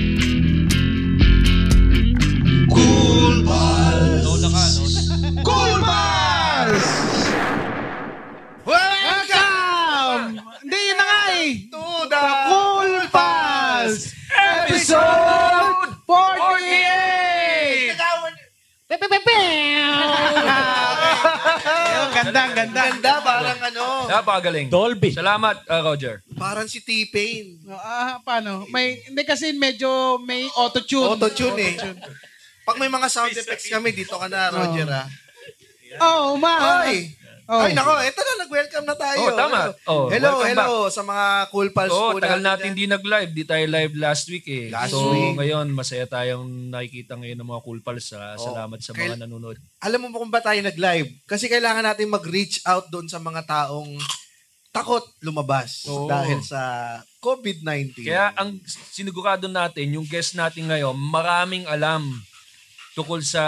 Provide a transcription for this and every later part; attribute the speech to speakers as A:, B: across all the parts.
A: eh. Ganda, ganda.
B: Ganda, parang ano.
C: Napakagaling.
D: Dolby.
C: Salamat, ah, Roger.
B: Parang si T-Pain.
A: No, ah, paano? May, hindi kasi medyo may auto-tune.
B: Auto-tune eh. Pag may mga sound effects kami, dito ka na, Roger, ha?
A: Oo, oh, ma.
B: Ay!
A: Oh.
B: Ay, nako, eto na, nag-welcome na tayo.
C: Oh, tama.
B: Hello,
C: Oh,
B: hello,
C: welcome
B: hello sa mga cool pals
C: Oo,
B: po
C: tagal natin
B: natin
C: di nag-live. Di tayo live last week eh.
B: Last
C: so,
B: week.
C: ngayon, masaya tayong nakikita ngayon ng mga cool pals. ah.
B: Oo.
C: Salamat sa
B: Kail-
C: mga nanonood.
B: Alam mo ba kung ba tayo nag-live? Kasi kailangan natin mag-reach out doon sa mga taong takot lumabas
C: Oo.
B: dahil sa COVID-19.
C: Oh. Kaya ang sinigurado natin, yung guest natin ngayon, maraming alam tukol sa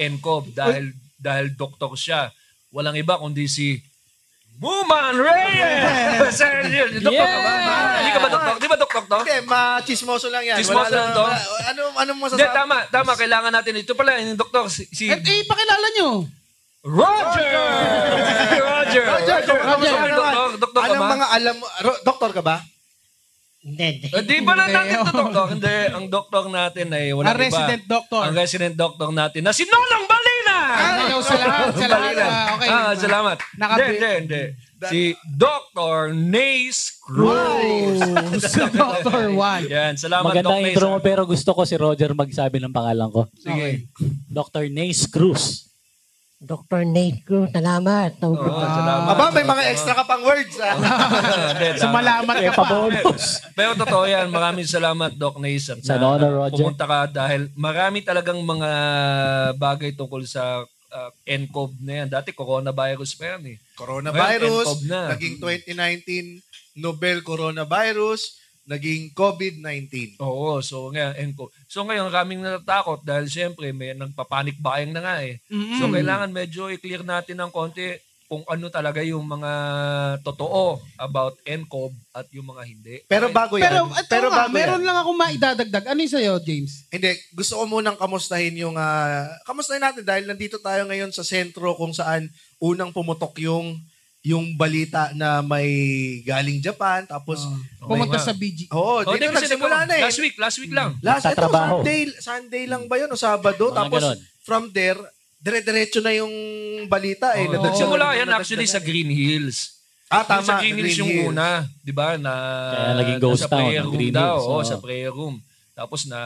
C: NCOB dahil dahil doktor siya. Walang iba kundi si Muman Reyes! Sir, yun, doktor ka ba?
D: Yeah!
C: Hindi ka ba doktor? Di ba doktor to?
B: Hindi, machismoso lang yan.
C: Chismoso
B: Wala
C: lang to?
B: wala- Ano, ano mo
C: Hindi,
B: masasabi?
C: tama, tama. Kailangan natin. Ito pala, yung doktor, si, si
A: At eh, pakilala nyo.
C: Roger! Roger!
B: Roger,
C: Roger!
B: kamusta ka naman?
C: Doktor,
B: Ano
C: doktor ka
B: Anong
C: ba?
B: mga alam mo? Ro- doktor ka ba?
A: Hindi, hindi.
C: Eh, Di ba lang natin ito, doktor? Hindi, ang doktor natin ay wala
A: Ang
C: iba.
A: resident doctor.
C: Ang resident doctor natin na si Nonong Balina!
A: Ah, hello sa lahat. Sa lahat.
C: Balina.
A: Ah, okay.
C: Ah, salamat.
A: Naka-
C: Hindi, hindi, hindi. Si Dr. Nace Cruz.
A: sa Dr. Oh. Juan.
C: Yan, salamat Dr.
D: Magandang
C: Nace.
D: intro mo pero gusto ko si Roger magsabi ng pangalan ko.
C: Sige.
D: Dr. Nace Cruz.
E: Dr. Nate Cruz, salamat. Tawag ko
C: Oo,
E: pa.
C: salamat.
B: Aba, may mga extra ka pang words. Ah.
C: Hindi, tama.
A: Sumalamat
D: Eh,
A: ka pa.
D: pabonus.
C: Pero totoo yan, maraming salamat Doc Nason
D: Sa honor, Roger.
C: pumunta ka dahil marami talagang mga bagay tungkol sa uh, NCOV na yan. Dati coronavirus pa yan eh.
B: coronavirus,
C: Ngayon, NCOV na.
B: naging 2019 Nobel coronavirus, naging COVID-19.
C: Oo, so ngayon, NCOV. So ngayon, maraming natatakot dahil siyempre may nagpapanik buying na nga eh. So kailangan medyo i-clear natin ng konti kung ano talaga yung mga totoo about NCOV at yung mga hindi.
B: Pero bago yan.
A: Pero, at pero nga,
B: bago
A: meron
B: yan.
A: lang ako maidadagdag. Ano yung sa'yo, James?
B: Hindi, gusto ko munang kamustahin yung... ah, kamustahin natin dahil nandito tayo ngayon sa sentro kung saan unang pumutok yung yung balita na may galing Japan. Tapos,
A: Pumunta
C: nga.
A: sa BG.
B: oo,
C: Ah. Oh,
B: dito
C: di, kasi
B: nagsimula
C: nagkaroon.
B: na eh.
C: Last week, last week lang.
B: Last, ito,
D: Nagtatrabaho.
B: Sunday, Sunday lang ba yun o Sabado?
D: Mga
B: Tapos
D: ganon.
B: from there, dire-diretso na yung balita eh.
C: Oo.
B: Nadagdagan-
C: Nagsimula yan
B: nadagdagan
C: actually
B: na
C: sa
B: eh.
C: Green Hills.
B: Ah,
C: Yung
B: tama.
C: sa Green Hills yung una, di ba? Na,
D: Kaya naging ghost
C: nasa
D: town,
C: prayer room
D: Green
C: daw,
D: Hills,
C: oo,
D: oo.
C: sa prayer room. Tapos na,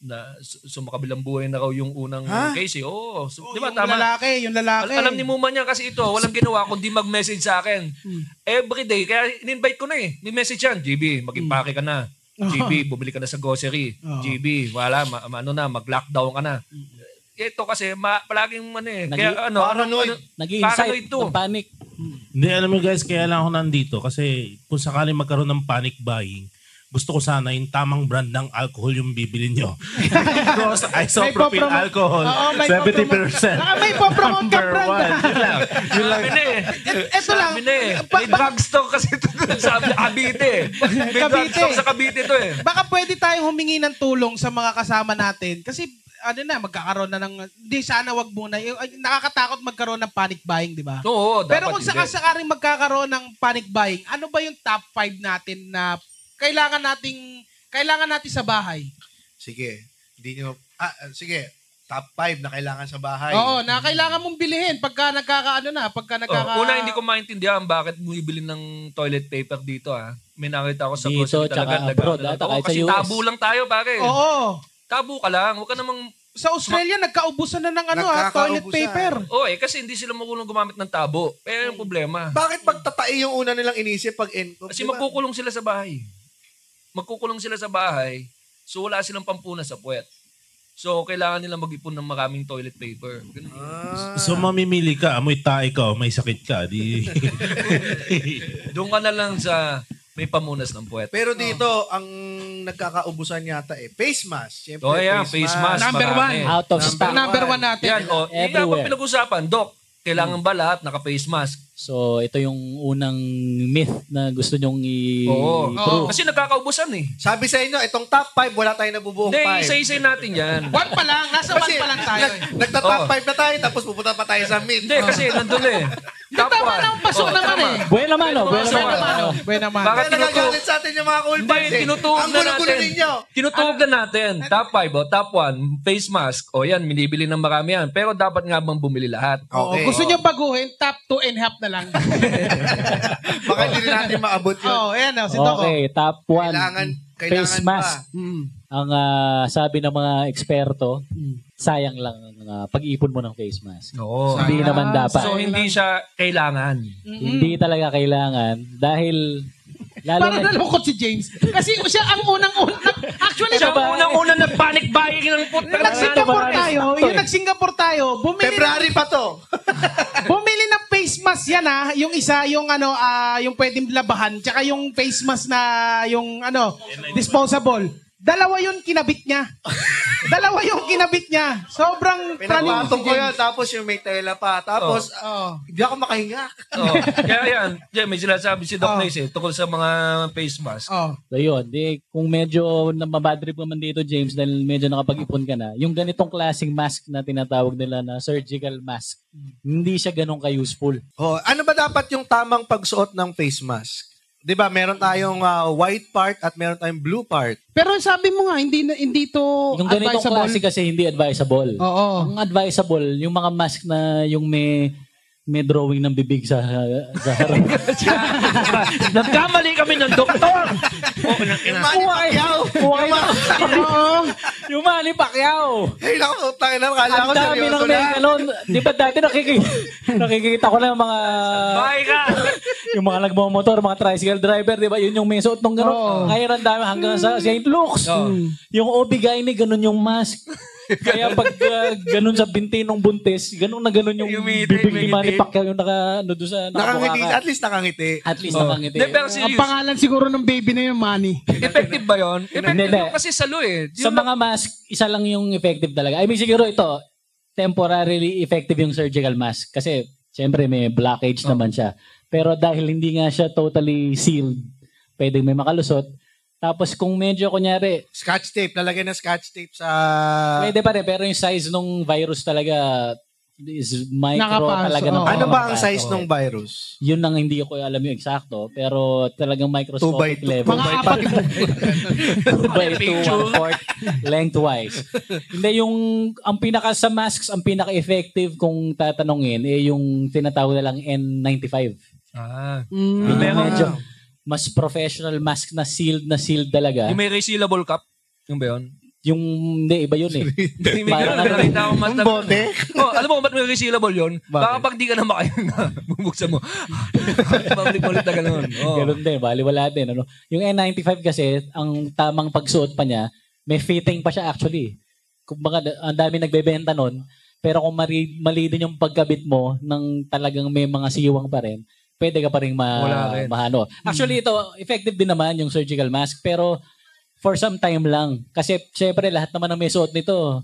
C: na su- sumakabilang buhay na raw yung unang
B: Ha?
C: case. Eh. Oo, so, di ba
A: Oh, yung
C: tama?
A: lalaki, yung lalaki.
C: Al- alam ni Muma niya kasi ito, walang ginawa kundi mag-message sa akin. Every day, kaya in-invite ko na eh. May message yan, JB, mag-impake ka na. JB, bumili ka na sa grocery.
A: Oo.
C: JB, wala, ma- ma- ano na, mag-lockdown ka na. Ito kasi, ma- palaging ano eh.
D: Nag-
C: Kaya ano,
B: paranoid.
C: ano-
D: Nag-insight
C: Paranoid to.
D: ng panic.
F: Hindi, alam mo guys, kaya lang ako nandito kasi kung sakaling magkaroon ng panic buying, gusto ko sana yung tamang brand ng alcohol yung bibili nyo. Because
A: May
F: isopropyl
A: popromote-
F: alcohol,
A: Oo, may
F: 70%.
A: Baka may popromote kang
F: Number
A: brand,
F: one.
A: ah.
F: Yun lang. Yun lang.
C: Sabi na eh.
A: Eto lang.
C: Sabi na eh.
A: Pa-
C: May drugstore kasi ito sa Cavite. eh. May
A: Cavite.
C: drugstore sa Cavite ito eh.
A: Baka pwede tayong humingi ng tulong sa mga kasama natin kasi ano na, magkakaroon na ng... Hindi, sana wag muna. Yung- ay, Nakakatakot magkaroon ng panic buying, di ba?
C: Oo, dapat
A: Pero kung
C: hindi.
A: sakasakaring magkakaroon ng panic buying, ano ba yung top 5 natin na kailangan nating kailangan natin sa bahay?
B: Sige. Hindi nyo... Ah, ah, sige. Top 5 na kailangan sa bahay.
A: Oo, na kailangan mong bilhin pagka nagkakaano na, pagka
C: Oh,
A: nagkaka...
C: una, hindi ko maintindihan bakit bumibili ng toilet paper dito ah. May nakita ko sa
D: Dito,
C: grocery
D: tsaka
C: talaga.
D: abroad,
C: nag-
D: ah,
C: Oo,
D: kahit sa
C: kasi
D: US.
C: tabo lang tayo pare.
A: Oo.
C: Tabo ka lang. Huwag ka namang
A: Sa Australia, nagkaubusan na ng ano, ha, toilet
B: Nagkakaubusan.
A: paper.
C: Oh, eh, kasi hindi sila marunong gumamit ng tabo. Pero yung problema.
B: Bakit pagtatai yung una nilang inisip pag NCOP?
C: Kasi
B: diba?
C: magkukulong sila sa bahay. Magkukulong sila sa bahay, so wala silang pampunas sa puwet. So, kailangan nila mag-ipon ng maraming toilet paper. Ganun.
B: Ah.
F: So mamimili ka, amoy tae ka o may sakit ka. Di...
C: Doon ka na lang sa may pamunas ng puwet.
B: Pero dito, ang nagkakaubusan yata eh, face mask. Siyempre,
C: Oh, yeah, face mask.
A: Number
C: marami.
A: one.
D: Out of
B: Number
D: stock.
A: Number
B: one.
A: one natin.
C: Yan, oh, yun nga
D: Everywhere.
C: pa pinag-usapan. Doc, kailangan ba lahat naka-face mask?
D: So, ito yung unang myth na gusto nyong
C: Oo.
D: i-prove.
C: Kasi nagkakaubusan eh.
B: Sabi sa inyo, itong top 5, wala tayong nabubuong 5.
C: Hindi, isa-isay natin yan.
A: One pa lang. Nasa one
B: Kasi
A: pa lang tayo. eh.
B: nag- nagta-top
C: Oo.
B: 5 na tayo, tapos pupunta pa tayo sa mid.
C: Hindi, kasi nandun eh. Top
A: Tama
C: one.
A: lang, pasok
C: Oh,
A: naman
C: tama.
A: eh.
D: Buena mano, buena
A: Buena
D: mano.
C: oh.
A: mano. Buena mano.
C: Bakit
B: Kaya
C: tinutuog?
B: nagagalit sa atin yung mga cool
C: Hindi,
B: pals eh.
C: tinutuog
B: Ang
C: na
B: gulo-gulo
C: natin.
B: ninyo.
C: Tinutuog
A: Ano?
C: na natin. Top 5 o top 1, face mask. O yan, minibili ng marami yan. Pero dapat nga bang bumili lahat?
A: Oo,
B: Okay.
A: Oh,
B: Oh,
A: gusto niyo baguhin, top 2 and half na lang.
B: Baka hindi rin natin maabot yun.
A: Oo, oh, ayan o, si Doko.
D: Okay, top 1.
B: Kailangan, kailangan
D: Face
B: pa.
D: mask.
A: Mm.
D: Ang ah, sabi ng mga eksperto, sayang lang ang ah, pag-ipon mo ng face mask.
C: Oo.
D: Hindi
A: Ah,
D: naman dapat.
C: So, hindi siya kailangan.
A: Mm-mm.
D: Hindi talaga kailangan dahil lalo
A: Parang
D: na
A: nalungkot si James. Kasi siya ang unang-unang. Actually, siya
C: Siya ang unang-una na panic buying ng puta.
A: Nag-Singapore
D: Ano ba?
A: tayo.
D: Ano ba?
A: Yung nag-Singapore tayo, bumili,
B: February pa to.
A: bumili ng face mask yan ah. Yung isa, yung ano, ah, yung pwedeng labahan. Tsaka yung face mask na yung ano, disposable. Dalawa yun kinabit niya. Dalawa yung kinabit niya. Sobrang tranin si
B: Pinapatong ko yan.
A: James.
B: Tapos yung may tela pa. Tapos, ah,
A: Oo.
B: hindi ako makahinga.
C: Oo. Oh, Kaya yan, Jay, may sinasabi si
A: Oo.
C: Doc Nace eh, tungkol sa mga face mask.
A: Oh.
D: So yun, di, kung medyo nababadrip ka man dito, James, dahil medyo nakapag-ipon ka na, yung ganitong klaseng mask na tinatawag nila na surgical mask, hindi siya ganun ka-useful.
B: Oh, ano ba dapat yung tamang pagsuot ng face mask? 'Di ba? Meron tayong ah, white part at meron tayong blue part.
A: Pero sabi mo nga, hindi, na- hindi to
D: Yung ganitong
A: Oh,
D: klase
A: advisable. Oh.
D: kasi hindi advisable.
A: Oo.
D: Ang advisable, yung mga mask na yung may may drawing ng bibig sa sa harap.
C: Nagkamali kami ng doktor! Oo, nang ina.
B: Manny Pacquiao!
D: Buhay na. yung Manny Pacquiao.
B: Hey, naku, tayo na. Kala ko
D: Ang dami
B: seryoso na.
D: ng may ano. ganun. Di ba dati nakikita, nakikita ko lang mga Oh.
C: Bye ka!
D: yung mga nagmamotor, mga tricycle driver, di ba? Yun yung may suot nung ganun. Ngayon ang dami hanggang
B: Hmm.
D: sa St. Luke's. Mm. Yung OB ni ganun yung mask. Kaya pag uh, ganun sa binti ng buntis, ganun na ganun yung
C: Humihiti,
D: bibig ni
C: humihiti.
D: Manny Pacquiao yung naka, ano doon sa
B: Nakangiti.
D: nakabukaka.
B: At least nakangiti.
D: At least
C: Oh.
D: nakangiti.
C: Hindi, pero
A: Ang
C: serious.
A: pangalan siguro ng baby na yun, Manny.
C: Effective ba yun? Effective
D: Hindi.
C: yun kasi salo eh.
D: Sa mga mask, isa lang yung effective talaga. I mean, siguro ito, temporarily effective yung surgical mask. Kasi, syempre, may blockage
B: Oh.
D: naman siya. Pero dahil hindi nga siya totally sealed, pwede may makalusot. Tapos kung medyo, kunyari,
B: Scotch tape. Lalagay ng scotch tape sa... Ah.
D: pwede pa rin, pero yung size nung virus talaga is micro
A: Nakapasok,
D: talaga.
A: oo.
D: ng
B: Ano ba ang
D: nakapasok.
B: size ng virus?
D: Yun ang hindi ko alam yung eksakto, pero
B: Two
D: talagang
B: by
D: microscopic
B: two.
D: level.
A: Mga apat.
D: 2 by 2, 1 fourth lengthwise. Hindi, yung, ang pinaka sa masks, ang pinaka-effective kung tatanungin, eh yung tinatawag na lang N95.
C: Ah.
A: Mm.
D: Yung
C: Meron-
D: medyo mas professional mask na sealed na sealed talaga.
C: Yung may resealable cup? Yung ba yun?
D: Yung, hindi, iba yun eh.
C: May may
D: Parang
C: ganun,
D: ano-
C: nakita ko mas
B: Ang bote?
C: Oh, alam mo kung ba't may resealable yun?
B: Bakit?
C: Baka pag di ka na makahinga, bubuksan mo. Pabalik-balik na ganun. Oh.
D: Ganun din, baliwala din. Ano? Yung N95 kasi, ang tamang pagsuot pa niya, may fitting pa siya actually. Kung ang dami nagbebenta nun, pero kung mali, mali din yung pagkabit mo ng talagang may mga siwang pa rin, pwede ka pa rin ma,
C: Wala rin. Hmm.
D: mahano. Actually, ito, effective din naman yung surgical mask, pero for some time lang. Kasi, syempre, lahat naman ng may suot nito,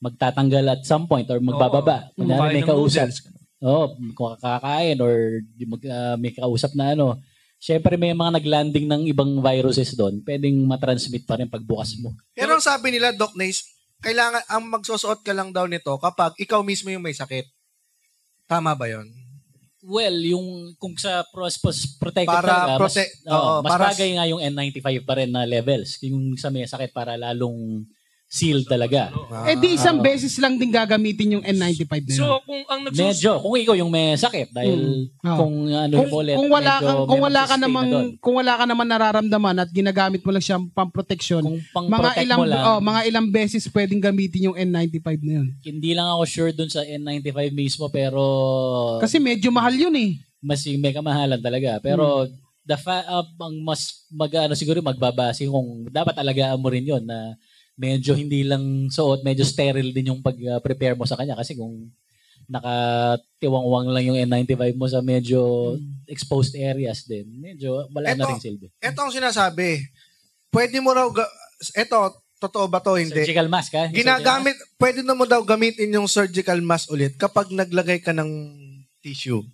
D: magtatanggal at some point or magbababa.
C: Oo. Kumain Oh.
D: Kunyari, may
C: ng
D: kausap.
C: noodles.
D: Oo, kung kakain Oh, or di mag, ah, may kausap na ano. Siyempre may mga naglanding ng ibang viruses doon. Pwedeng matransmit pa rin pagbukas mo.
B: Pero ang sabi nila, Doc Nace, kailangan, ang magsusuot ka lang daw nito kapag ikaw mismo yung may sakit. Tama ba yon?
D: Well, yung kung sa prospos protected
B: Para
D: talaga,
B: prote-
D: mas, oo,
B: oo,
D: mas
B: para-
D: bagay nga yung N95 pa rin na levels. Yung sa may sakit para lalong sealed talaga.
A: Eh di isang
D: Ah.
A: beses lang din gagamitin yung N95 na yun.
C: So, kung ang nagsus...
D: Medyo, kung ikaw yung may sakit dahil
A: Mm. Oo.
D: kung ano
A: kung,
D: yung bullet,
A: kung wala
D: medyo
A: kang
D: may
A: kung wala ka
D: mag-sustain na
A: namang
D: doon.
A: kung wala ka naman nararamdaman at ginagamit mo lang siya pang protection.
D: kung pang
A: Mga ilang
D: mo lang,
A: oh, mga ilang beses pwedeng gamitin yung N95 na yun.
D: hindi lang ako sure doon sa N95 mismo pero
A: Kasi medyo mahal yun eh.
D: mas yung may kamahalan talaga. Pero
B: Hmm.
D: the fa- uh, ang mas mag ano siguro magbabase kung dapat alagaan mo rin yon na medyo hindi lang suot, medyo sterile din yung pag-prepare mo sa kanya kasi kung nakatiwang-wang lang yung N95 mo sa medyo exposed areas din, medyo wala na
B: Hmm. Eto,
D: rin silbi.
B: Ito ang sinasabi. Pwede mo raw... Ga- eto, totoo ba to? Hindi.
D: Surgical mask ha?
B: Ginagamit, pwede na mo daw gamitin yung surgical mask ulit kapag naglagay ka ng tissue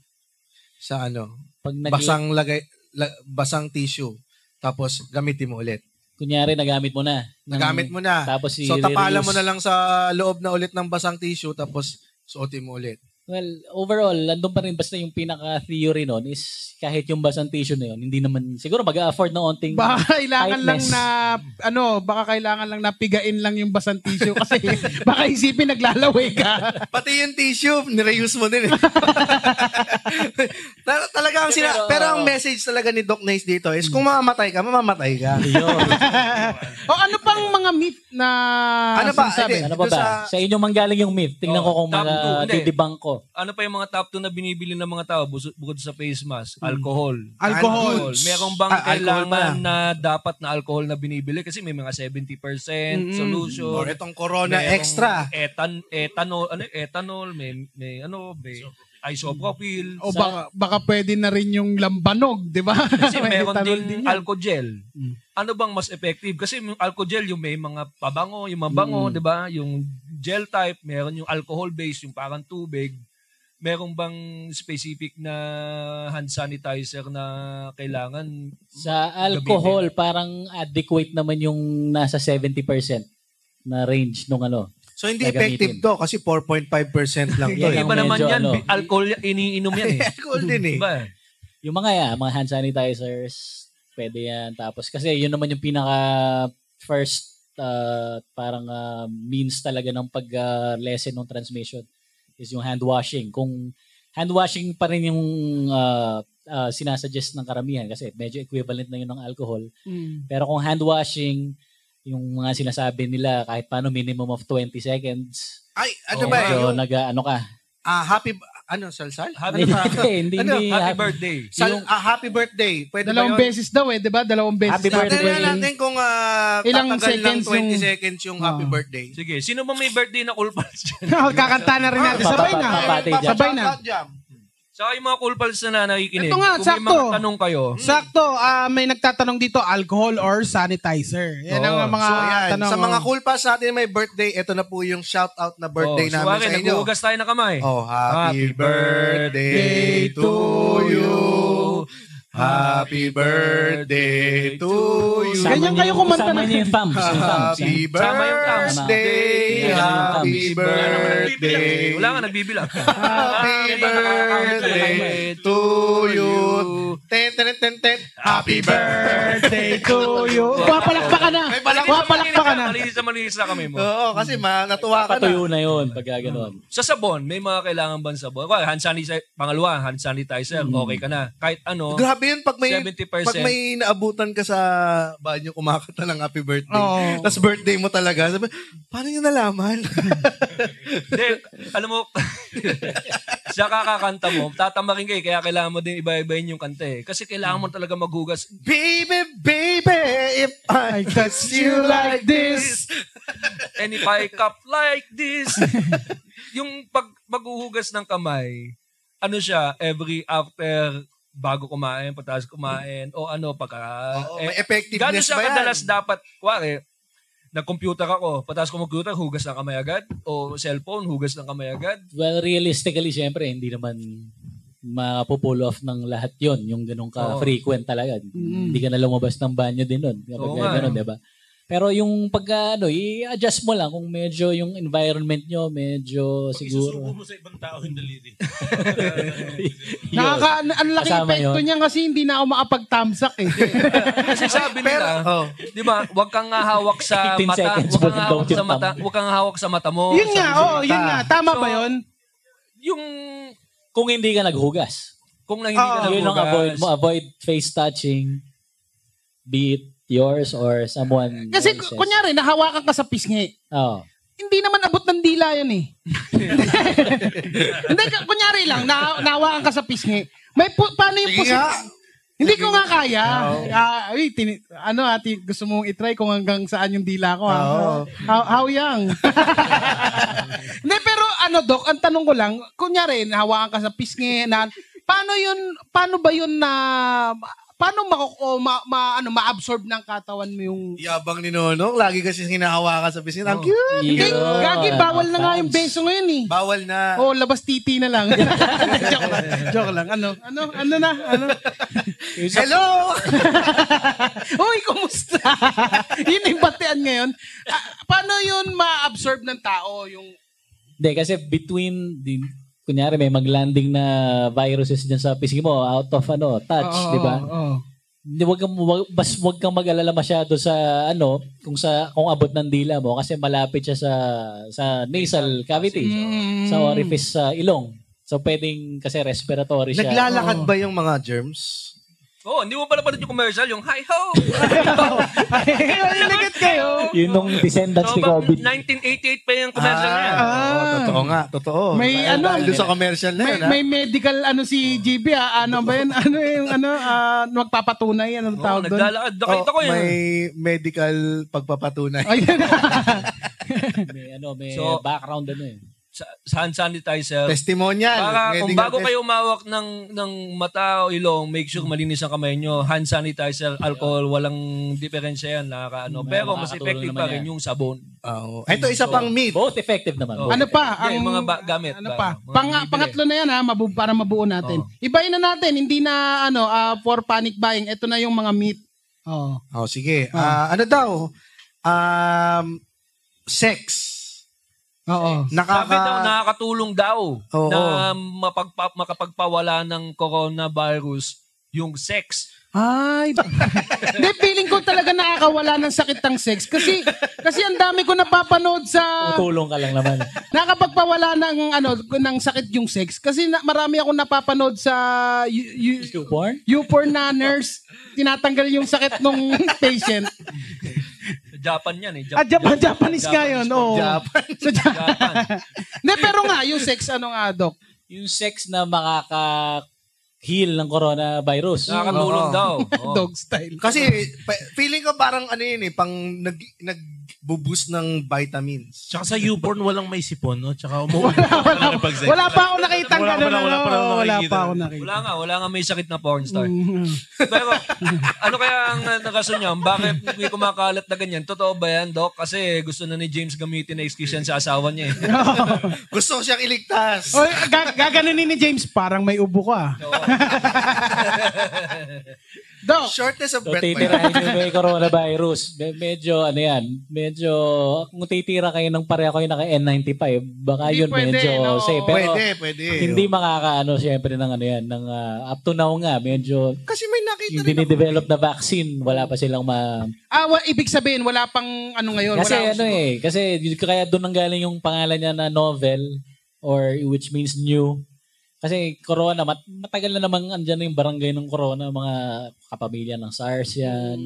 B: sa ano,
D: Pag nag-
B: basang lagay, la- basang tissue. Tapos gamitin mo ulit.
D: kunyari nagamit mo na. ng-
B: Nagamit mo na.
D: Tapos
B: So tapala mo
D: i-reuse.
B: na lang sa loob na ulit ng basang tissue tapos suotin mo ulit.
D: Well, overall, andun pa rin basta yung pinaka-theory nun is kahit yung basantation na yun, hindi naman, siguro mag-afford ng onting
A: Baka kailangan lang
D: Tightness.
A: na, ano, baka kailangan lang na pigain lang yung basang tissue kasi baka isipin naglalaway ka.
B: Pati yung tissue, nireuse mo din eh. Tal- talaga ang sina-
D: Pero-
B: pero ang message talaga ni Doc Nice dito is kung mamamatay ka, mamamatay ka.
A: o ano pang mga myth na
B: Ano ba?
A: sinasabi?
B: Hindi.
D: Ano ba
B: Dito
D: ba?
B: sa-
D: Sa, inyo manggaling yung myth. Tingnan
C: Oo,
D: ko kung
C: top two,
D: mga
C: hindi.
D: didibang ko.
C: Ano pa yung mga top 2 na binibili ng mga tao bus- bukod sa face mask? Alcohol.
A: Alcohol.
C: Alcohol. Meron bang
B: Ah, alcohol
C: kailangan na dapat na alcohol na binibili? Kasi may mga 70% solution.
B: Or itong Corona
C: merong
B: Extra.
C: Etan, etanol, ano, etanol, may, may ano, may isopropyl.
A: O baka, baka pwede na rin yung lambanog, di ba?
C: Kasi
A: May
C: meron
A: tanol
C: din
A: yun.
C: alcohol gel. Ano bang mas effective? Kasi yung alcohol gel, yung may mga pabango, yung mabango, di ba? Yung gel type, meron yung alcohol base, yung parang tubig. Meron bang specific na hand sanitizer na kailangan?
D: Sa alcohol, parang adequate naman yung nasa 70% na range nung ano.
B: So hindi
D: Gagamitin.
B: effective to kasi 4.5% lang to.
D: Yan
B: eh.
D: ang
C: Iba naman
D: medyo
C: yan,
D: ano.
C: bi- alcohol yan, iniinom yan eh.
B: Alcohol din eh.
C: Diba?
D: Yung mga yan, mga hand sanitizers, pwede yan. Tapos kasi yun naman yung pinaka first uh, parang uh, means talaga ng pag-lessen ng transmission is yung hand washing. Kung hand washing pa rin yung uh, uh, sinasuggest ng karamihan kasi medyo equivalent na yun ng alcohol.
A: Mm.
D: Pero kung hand washing, yung mga sinasabi nila kahit paano minimum of 20 seconds.
B: Ay, ano
C: Oo,
B: ba?
C: medyo
D: Medyo
B: Yung,
D: nag ano ka.
B: ah, happy, ano, salsal?
C: Happy,
D: Hindi, hindi,
B: Ano,
D: hindi.
C: happy birthday.
B: Sal,
D: Yung-
B: ah, happy birthday. Pwede
A: Dalawang
B: ba yun?
A: beses daw eh, di ba? Dalawang beses.
D: Happy
A: daw.
D: birthday.
B: Tingnan natin kung ah,
A: Ilang
B: tatagal ng
A: seconds
B: 20
A: yung-
B: seconds yung happy birthday.
C: Sige, sino ba may birthday na cool pals dyan?
A: Kakanta na rin natin. Sabay na.
D: Papatay dyan.
A: Sabay na.
B: Jam.
C: Saka yung mga cool pals na nakikinig,
A: Ito nga,
C: kung may
A: sakto.
C: mga tanong kayo,
A: Sakto, ah, may nagtatanong dito, alcohol or sanitizer? Yan ang
C: Oo.
A: mga
B: So, ayan,
A: tanong.
B: sa mga
A: oh.
B: cool pals natin may birthday, ito na po yung shout out na birthday
C: oh,
B: namin
C: suwari,
B: sa inyo.
C: naghuhugas tayo ng kamay.
B: Oh, happy,
C: Happy
B: birthday
A: birthday
B: to you. Happy birthday to you.
A: Sama Ganyan
D: niyo-
A: kayo kumanta
D: Sama
A: na-
D: niyo yung thumbs. Yung thumbs.
B: Happy
C: Sama yung thumbs.
B: birthday,
D: Sama yung thumbs.
B: happy
C: Wala naman nagbibilang.
B: birthday.
C: Wala nga nagbibilang.
B: Happy birthday to you. Ten, ten, ten, ten. Happy birthday to you.
A: Wapalakpakan na.
B: May balak-
A: Wapalakpakan na.
C: Malinis na malinis na kami mo.
B: Oo, kasi ma- natuwa ka na.
D: Patuyo na yun pag ganun.
C: Sa sabon, may mga kailangan ba sa sabon? Well, hand sanitizer, pangalawa, hand sanitizer, okay ka na. Kahit ano,
B: Hmm. Grabe yun pag may
C: 70%.
B: pag may naabutan ka sa banyo kumakanta ng happy birthday.
A: Oo.
B: Tapos birthday mo talaga. Sabi, paano niyo nalaman?
C: Hindi, alam mo, sa kakakanta mo, tatama rin kayo, kaya kailangan mo din iba-ibayin yung kanta eh. Kasi kailangan
B: Hmm.
C: mo talaga maghugas.
B: baby, baby, if I touch you like this.
C: And if I cup like this, yung pag maghuhugas ng kamay, ano siya, every after, bago kumain, pataas kumain, o ano, pagka...
B: Oo, may
C: eh, Gano'n
B: effectiveness
C: siya
B: ba yan?
C: kadalas dapat, kuwari, nag-computer ako, patas ko computer, hugas ng kamay agad, o cellphone, hugas ng kamay agad.
D: Well, realistically, syempre, hindi naman mapupull off ng lahat yon yung ganun ka-frequent talaga. Hindi ka na lumabas ng banyo din nun. Kapag
C: Oo nga.
D: ganun, di ba? Pero yung pag ano, i-adjust mo lang kung medyo yung environment nyo, medyo
F: Isusubo
D: siguro.
F: mo sa ibang tao yung daliri.
D: Yun.
A: Nakaka, ang laki
D: Kasama
A: epekto
D: yun.
A: niya kasi hindi na ako makapagtamsak eh.
C: Kasi sabi nila,
B: Pero, oh,
C: di ba, huwag kang hahawak sa
D: 15
C: mata,
D: seconds
C: huwag kang
D: mo lang
C: hahawak
D: daw
C: sa
D: yung
C: mata,
D: thumb.
C: huwag kang hahawak sa mata mo.
A: yun
C: sa
A: nga,
C: bibig.
A: oh, yun nga. Tama
C: So,
A: ba yun?
C: Yung,
D: Kung hindi ka naghugas.
C: kung na hindi ka
A: Ah,
C: naghugas.
D: yun ang avoid mo. Avoid face touching. Be it yours or someone
A: Kasi
D: else's.
A: kunyari, nahawakan ka sa pisngi.
D: Oo.
A: Hindi naman abot ng dila yan eh. Hindi, k- kunyari lang, na, nahawakan ka sa pisngi. May pu- paano yung
B: sige nga.
A: posi- Hindi ko nga kaya. Ah, uy, tini- ano ati, gusto mong itry kung hanggang saan yung dila ko ha?
B: Oo.
A: How, how young? Hindi, pero ano Doc, ang tanong ko lang, kunyari, nahawakan ka sa pisngi, na, paano yun, paano ba yun na, paano ma, o ma, ma, ano, ma-absorb ng katawan mo yung
B: Yabang ni Nonong, lagi kasi hinahawakan sa piscina. Ang cute!
A: Gagi,
D: Yun.
A: gagi, bawal na nga yung
D: Thumbs.
A: beso ngayon eh.
B: Bawal na.
A: Oo, oh, labas titi na lang. joke lang. Joke lang. Ano? Ano? Ano na? Ano?
B: Hello!
A: Uy, kumusta? yun yung batean ngayon. Ah, paano yun ma-absorb ng tao? Yung,
D: Hindi, kasi between the kunyari may maglanding na viruses dyan sa PC mo out of ano touch,
A: Oo,
D: di ba?
A: oo, oo.
D: Hindi wag kang wag, bas wag kang mag-alala masyado sa ano kung sa kung abot ng dila mo kasi malapit siya sa sa nasal cavity,
A: Mm.
D: sa orifice sa ilong. So pwedeng kasi respiratory siya.
B: Naglalakad ba yung mga germs?
C: Oo, hindi mo pala panood yung commercial, yung hi-ho!
A: Kayo, ilagat Mm. kayo.
D: yun nung descendants
C: So,
D: ni
C: bang
D: COVID.
C: 1988 pa yung commercial
B: Ah,
C: na yan. Ah.
B: oo, totoo nga, totoo.
A: May
B: Dahil-
A: ano,
B: dahil doon sa commercial na
A: May,
B: yun, ha?
A: may medical ano si GB ah, ano ba yun? Ano yung ano ah, magpapatunay ano
C: Oo,
A: tawag doon?
C: naglalakad. Nakita
B: Oo,
C: ko yun.
B: Oh, may medical pagpapatunay.
A: Ayun.
D: May ano, may
C: So-
D: background ano eh.
C: Sa- Hand sanitizer.
B: Testimonial.
C: Para kung
B: Medical
C: bago
B: test-
C: kayo umawak ng, ng mata o ilong, make sure malinis ang kamay nyo. Hand sanitizer, alcohol, walang diferensya yan. Nakakaano.
D: Mm,
C: Pero mas
D: nakakatulong
C: effective
D: naman
C: pa rin
D: yan.
C: yung sabon.
B: Ah, Oo. Ito, isa pang myth.
D: Both effective naman.
C: Oo.
D: both.
A: ano pa? Ang,
C: Hindi, mga ba- gamit
A: Ano
C: ba?
A: pa?
C: Mga
A: Pang,
C: bibili.
A: pangatlo na yan ha, mabu- para mabuo natin.
C: Oo.
A: Ibahin na natin, hindi na ano ah, for panic buying. Ito na yung mga myth. Oh.
B: Oh, sige.
A: Oo.
B: Ah, ano daw? Um, sex.
A: Oo.
B: Nakaka...
C: Sabi daw, nakakatulong daw
B: Oo.
C: na mapagpa- makapagpawala ng coronavirus yung sex.
A: Ay. Hindi, feeling ko talaga nakakawala ng sakit ng sex. Kasi, kasi ang dami ko napapanood sa...
D: Tutulong ka lang naman.
A: Nakapagpawala ng ano ng sakit yung sex kasi na, marami akong napapanood sa you, you,
D: Newborn?
A: YouPorn na nurse tinatanggal yung sakit nung patient.
C: Japan yan eh. Jap-
A: Ah, Japan, Japanese nga yun. Oo.
B: Japan.
A: Sa Japan.
C: Japan.
A: Hindi, pero nga, yung sex, ano nga, Doc?
D: Yung sex na makaka-heal ng coronavirus.
C: Nakakatulong
B: Oo.
C: daw. Oo.
A: Dog style.
B: Kasi pa- feeling ko parang ano yun eh, pang nag, nag-boost ng vitamins.
F: Tsaka sa Uborn, walang may sipon, no? Tsaka umuwi.
A: Wala, wala pa ako nakitang
F: Wala,
A: ganun.
F: wala, wala
A: ano,
F: pa ako
A: Wala
F: nakikita.
A: pa ako nakita.
C: Wala nga, wala nga may sakit na porn star. Pero ano kaya ang uh, nakaso niya? Bakit may kumakalat na ganyan? Totoo ba yan, Doc? Kasi gusto na ni James gamitin na excuse yan sa asawa niya eh.
B: Gusto ko siyang iligtas.
A: Oy, ga- gaganunin ni James, parang may ubo ka. Doc,
B: Shortness of
D: So,
B: breath ba yun?
D: titirahin nyo may coronavirus. Me- Medyo, ano yan, medyo, kung titira kayo ng pareho kayo naka-N95, baka
A: Hindi
D: yun
A: pwede,
D: medyo
A: no?
D: safe. Pero,
B: Pwede, pwede.
D: hindi makakaano siyempre ng ano yan, ng ah, up to now nga, medyo,
B: Kasi may nakita
D: yung
B: rin ako.
D: dinidevelop na vaccine, wala pa silang ma...
A: ah, wa- ibig sabihin, wala pang ano ngayon.
D: Kasi
A: wala
D: ano eh, kasi yun- kaya doon ang galing yung pangalan niya na novel or which means new. Kasi corona, mat- matagal na namang andyan na yung barangay ng corona, mga kapamilya ng SARS yan,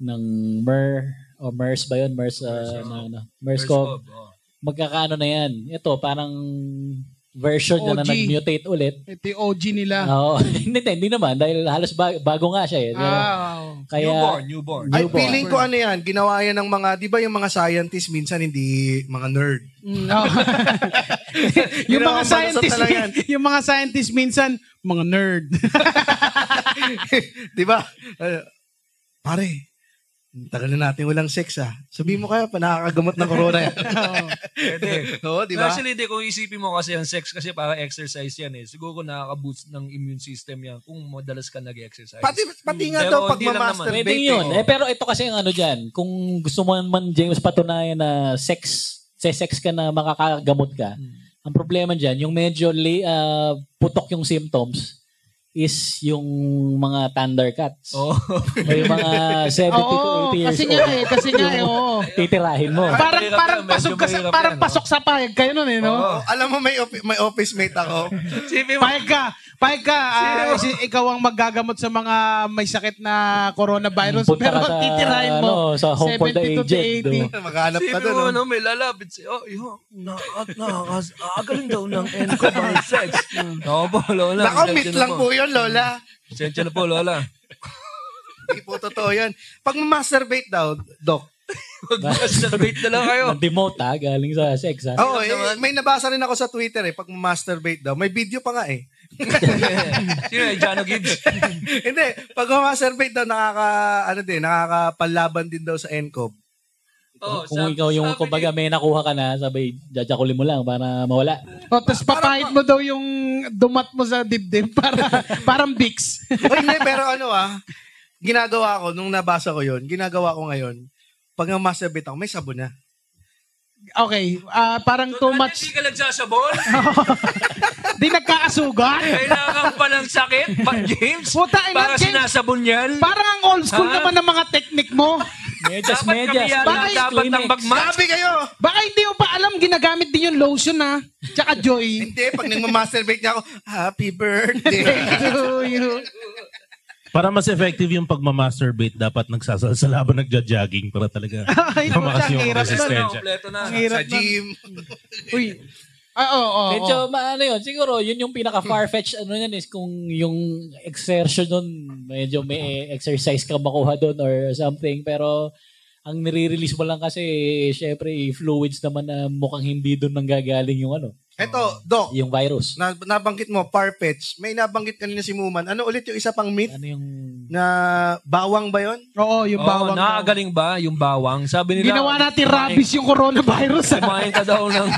D: ng MER, o MERS ba yun? MERS, ah,
C: Mm. MERS,
D: ano,
C: oo.
D: ano,
C: First oh.
D: MERS-CoV.
C: of, oo.
D: Magkakaano na yan. Ito, parang version niya na
A: OG.
D: nag-mutate ulit.
C: eh.
A: Ito yung OG nila.
C: Ah.
D: Oo, hindi, hindi naman, dahil halos ba- bago nga siya eh. Pero,
A: Ah, oo.
D: kaya,
C: newborn, newborn.
B: Ay,
D: Newborn.
B: feeling ko ano yan, ginawa yan ng mga, di ba yung mga scientists minsan hindi mga nerd.
A: Mm, oo. yung mga
B: Ginawa ang balusot
A: scientist,
B: na lang yan.
A: yung mga scientist minsan mga nerd.
B: di ba? Eh, pare, tagal na natin walang sex ah. Sabihin mo kaya, panakagamot ng corona yan.
C: Pwede.
B: Oo, di ba?
C: Actually, di, kung isipin mo kasi ang sex kasi para exercise yan eh. Siguro nakaka-boost ng immune system yan kung madalas ka nag-exercise.
B: Pati, pati nga
C: Pero
B: daw
C: hindi lang naman.
B: pagmamasturbate.
D: Pwede yun.
A: oh.
B: eh.
D: Eh, pero ito kasi yung ano dyan, kung gusto mo man, James, patunayan na sex, sa sex ka na makakagamot ka,
A: Hmm.
D: ang problema dyan, yung medyo li, ah, putok yung symptoms is yung mga thundercats.
C: Oo.
D: O yung mga 70
A: Oh. Oo,
D: to 80 years
A: kasi nga
D: old.
A: eh, kasi nga eh, oo.
D: Titirahin mo.
A: Parang
C: Mahirap
A: parang
C: yan, medyo
A: pasok ka sa,
C: mahirap
A: parang
C: yan, oh.
A: pasok sa payag kayo noon eh, no?
B: Oh, alam mo, may, opi- may office mate ako.
C: Isipin mo,
A: Payag ka, payag ka. ah, si- ikaw ang magagamot sa mga may sakit na coronavirus
D: Punta
A: pero
D: ka sa,
A: titirahin mo.
D: ano, sa home for the
A: 72 to
D: aged,
A: 80.
D: no?
B: Maghanap ka
C: Sino
B: doon.
C: mo,
B: oh.
C: ano, may lalapit siya. Oh, iho, na, at, na, as, aagalan daw ng end ko by sex. Oo po, Lola.
B: Nako,
C: Pasensya
B: meet
C: na
B: lang po yun, Lola.
C: Pasensya na po, Lola.
B: Hindi po totoo yun. Pag masturbate daw, Doc.
C: Mag-masturbate na lang kayo.
D: Na-demote ha, galing sa sex ha.
B: Oo, eh, may nabasa rin ako sa Twitter eh. Pag masturbate daw. May video pa nga eh.
C: Sino yung Jano Gibbs?
B: Hindi, pag masturbate daw, nakaka, ano din, nakakapalaban din daw sa NCOB.
C: Oo,
D: Kung
C: Oh, sabi-
D: ikaw yung,
C: sabi
D: kumbaga, may nakuha ka na, sabi, jajakulin mo lang para mawala.
A: O, tapos papahit mo daw yung dumat mo sa dibdib para parang bix.
B: Oy, hindi, pero ano ah, ginagawa ko, nung nabasa ko yun, ginagawa ko ngayon, pag masturbate ako, may sabon na.
A: Okay, ah, parang
C: ni-
A: too
C: Ano,
A: much.
C: Hindi ka nagsasabon?
A: Di nagkaasugan.
C: Kailangan pa ng sakit, pa James,
A: Puta, ina,
C: para
A: James.
C: sinasabunyan.
A: Parang ang old school
C: Ha?
A: naman ng mga teknik mo.
D: Medyas,
C: dapat
D: medyas.
C: kabiyanan,
D: Bakit?
C: dapat ng
D: Kleenex.
C: bagmat.
B: Sabi kayo!
A: Baka hindi mo pa alam, ginagamit din yung lotion na. Tsaka joy.
B: Hindi, pag nagmamasturbate niya ako, happy birthday.
A: Thank you, you.
F: Para mas effective yung pagmamasturbate, dapat nagsasalsala ba nagja-jogging para talaga
A: Ay, naku,
F: lumakas
A: ang hirap
F: yung
A: na,
C: Ano,
F: resistensya.
C: kompleto na.
A: Ang
B: sa
A: hirap na.
B: gym.
A: Uy. Ah, oo, oo, oo.
D: Medyo, ma- ano yun, siguro, yun yung pinaka-farfetch, ano yan is kung yung exertion nun, medyo may exercise ka makuha dun or something, pero ang nire-release mo lang kasi, syempre, fluids naman na mukhang hindi dun nanggagaling yung ano,
B: Eto, Doc,
D: yung virus.
B: na, nabanggit mo, parpets. May nabanggit kanina si Muman. Ano ulit yung isa pang myth
D: Ano yung...
B: na bawang ba yun?
A: Oo, yung
C: Oo,
A: bawang. daw.
C: Oh, nakagaling ba yung bawang? Sabi nila,
A: Ginawa natin rabies yung coronavirus. ah.
C: Kumain ka daw ng...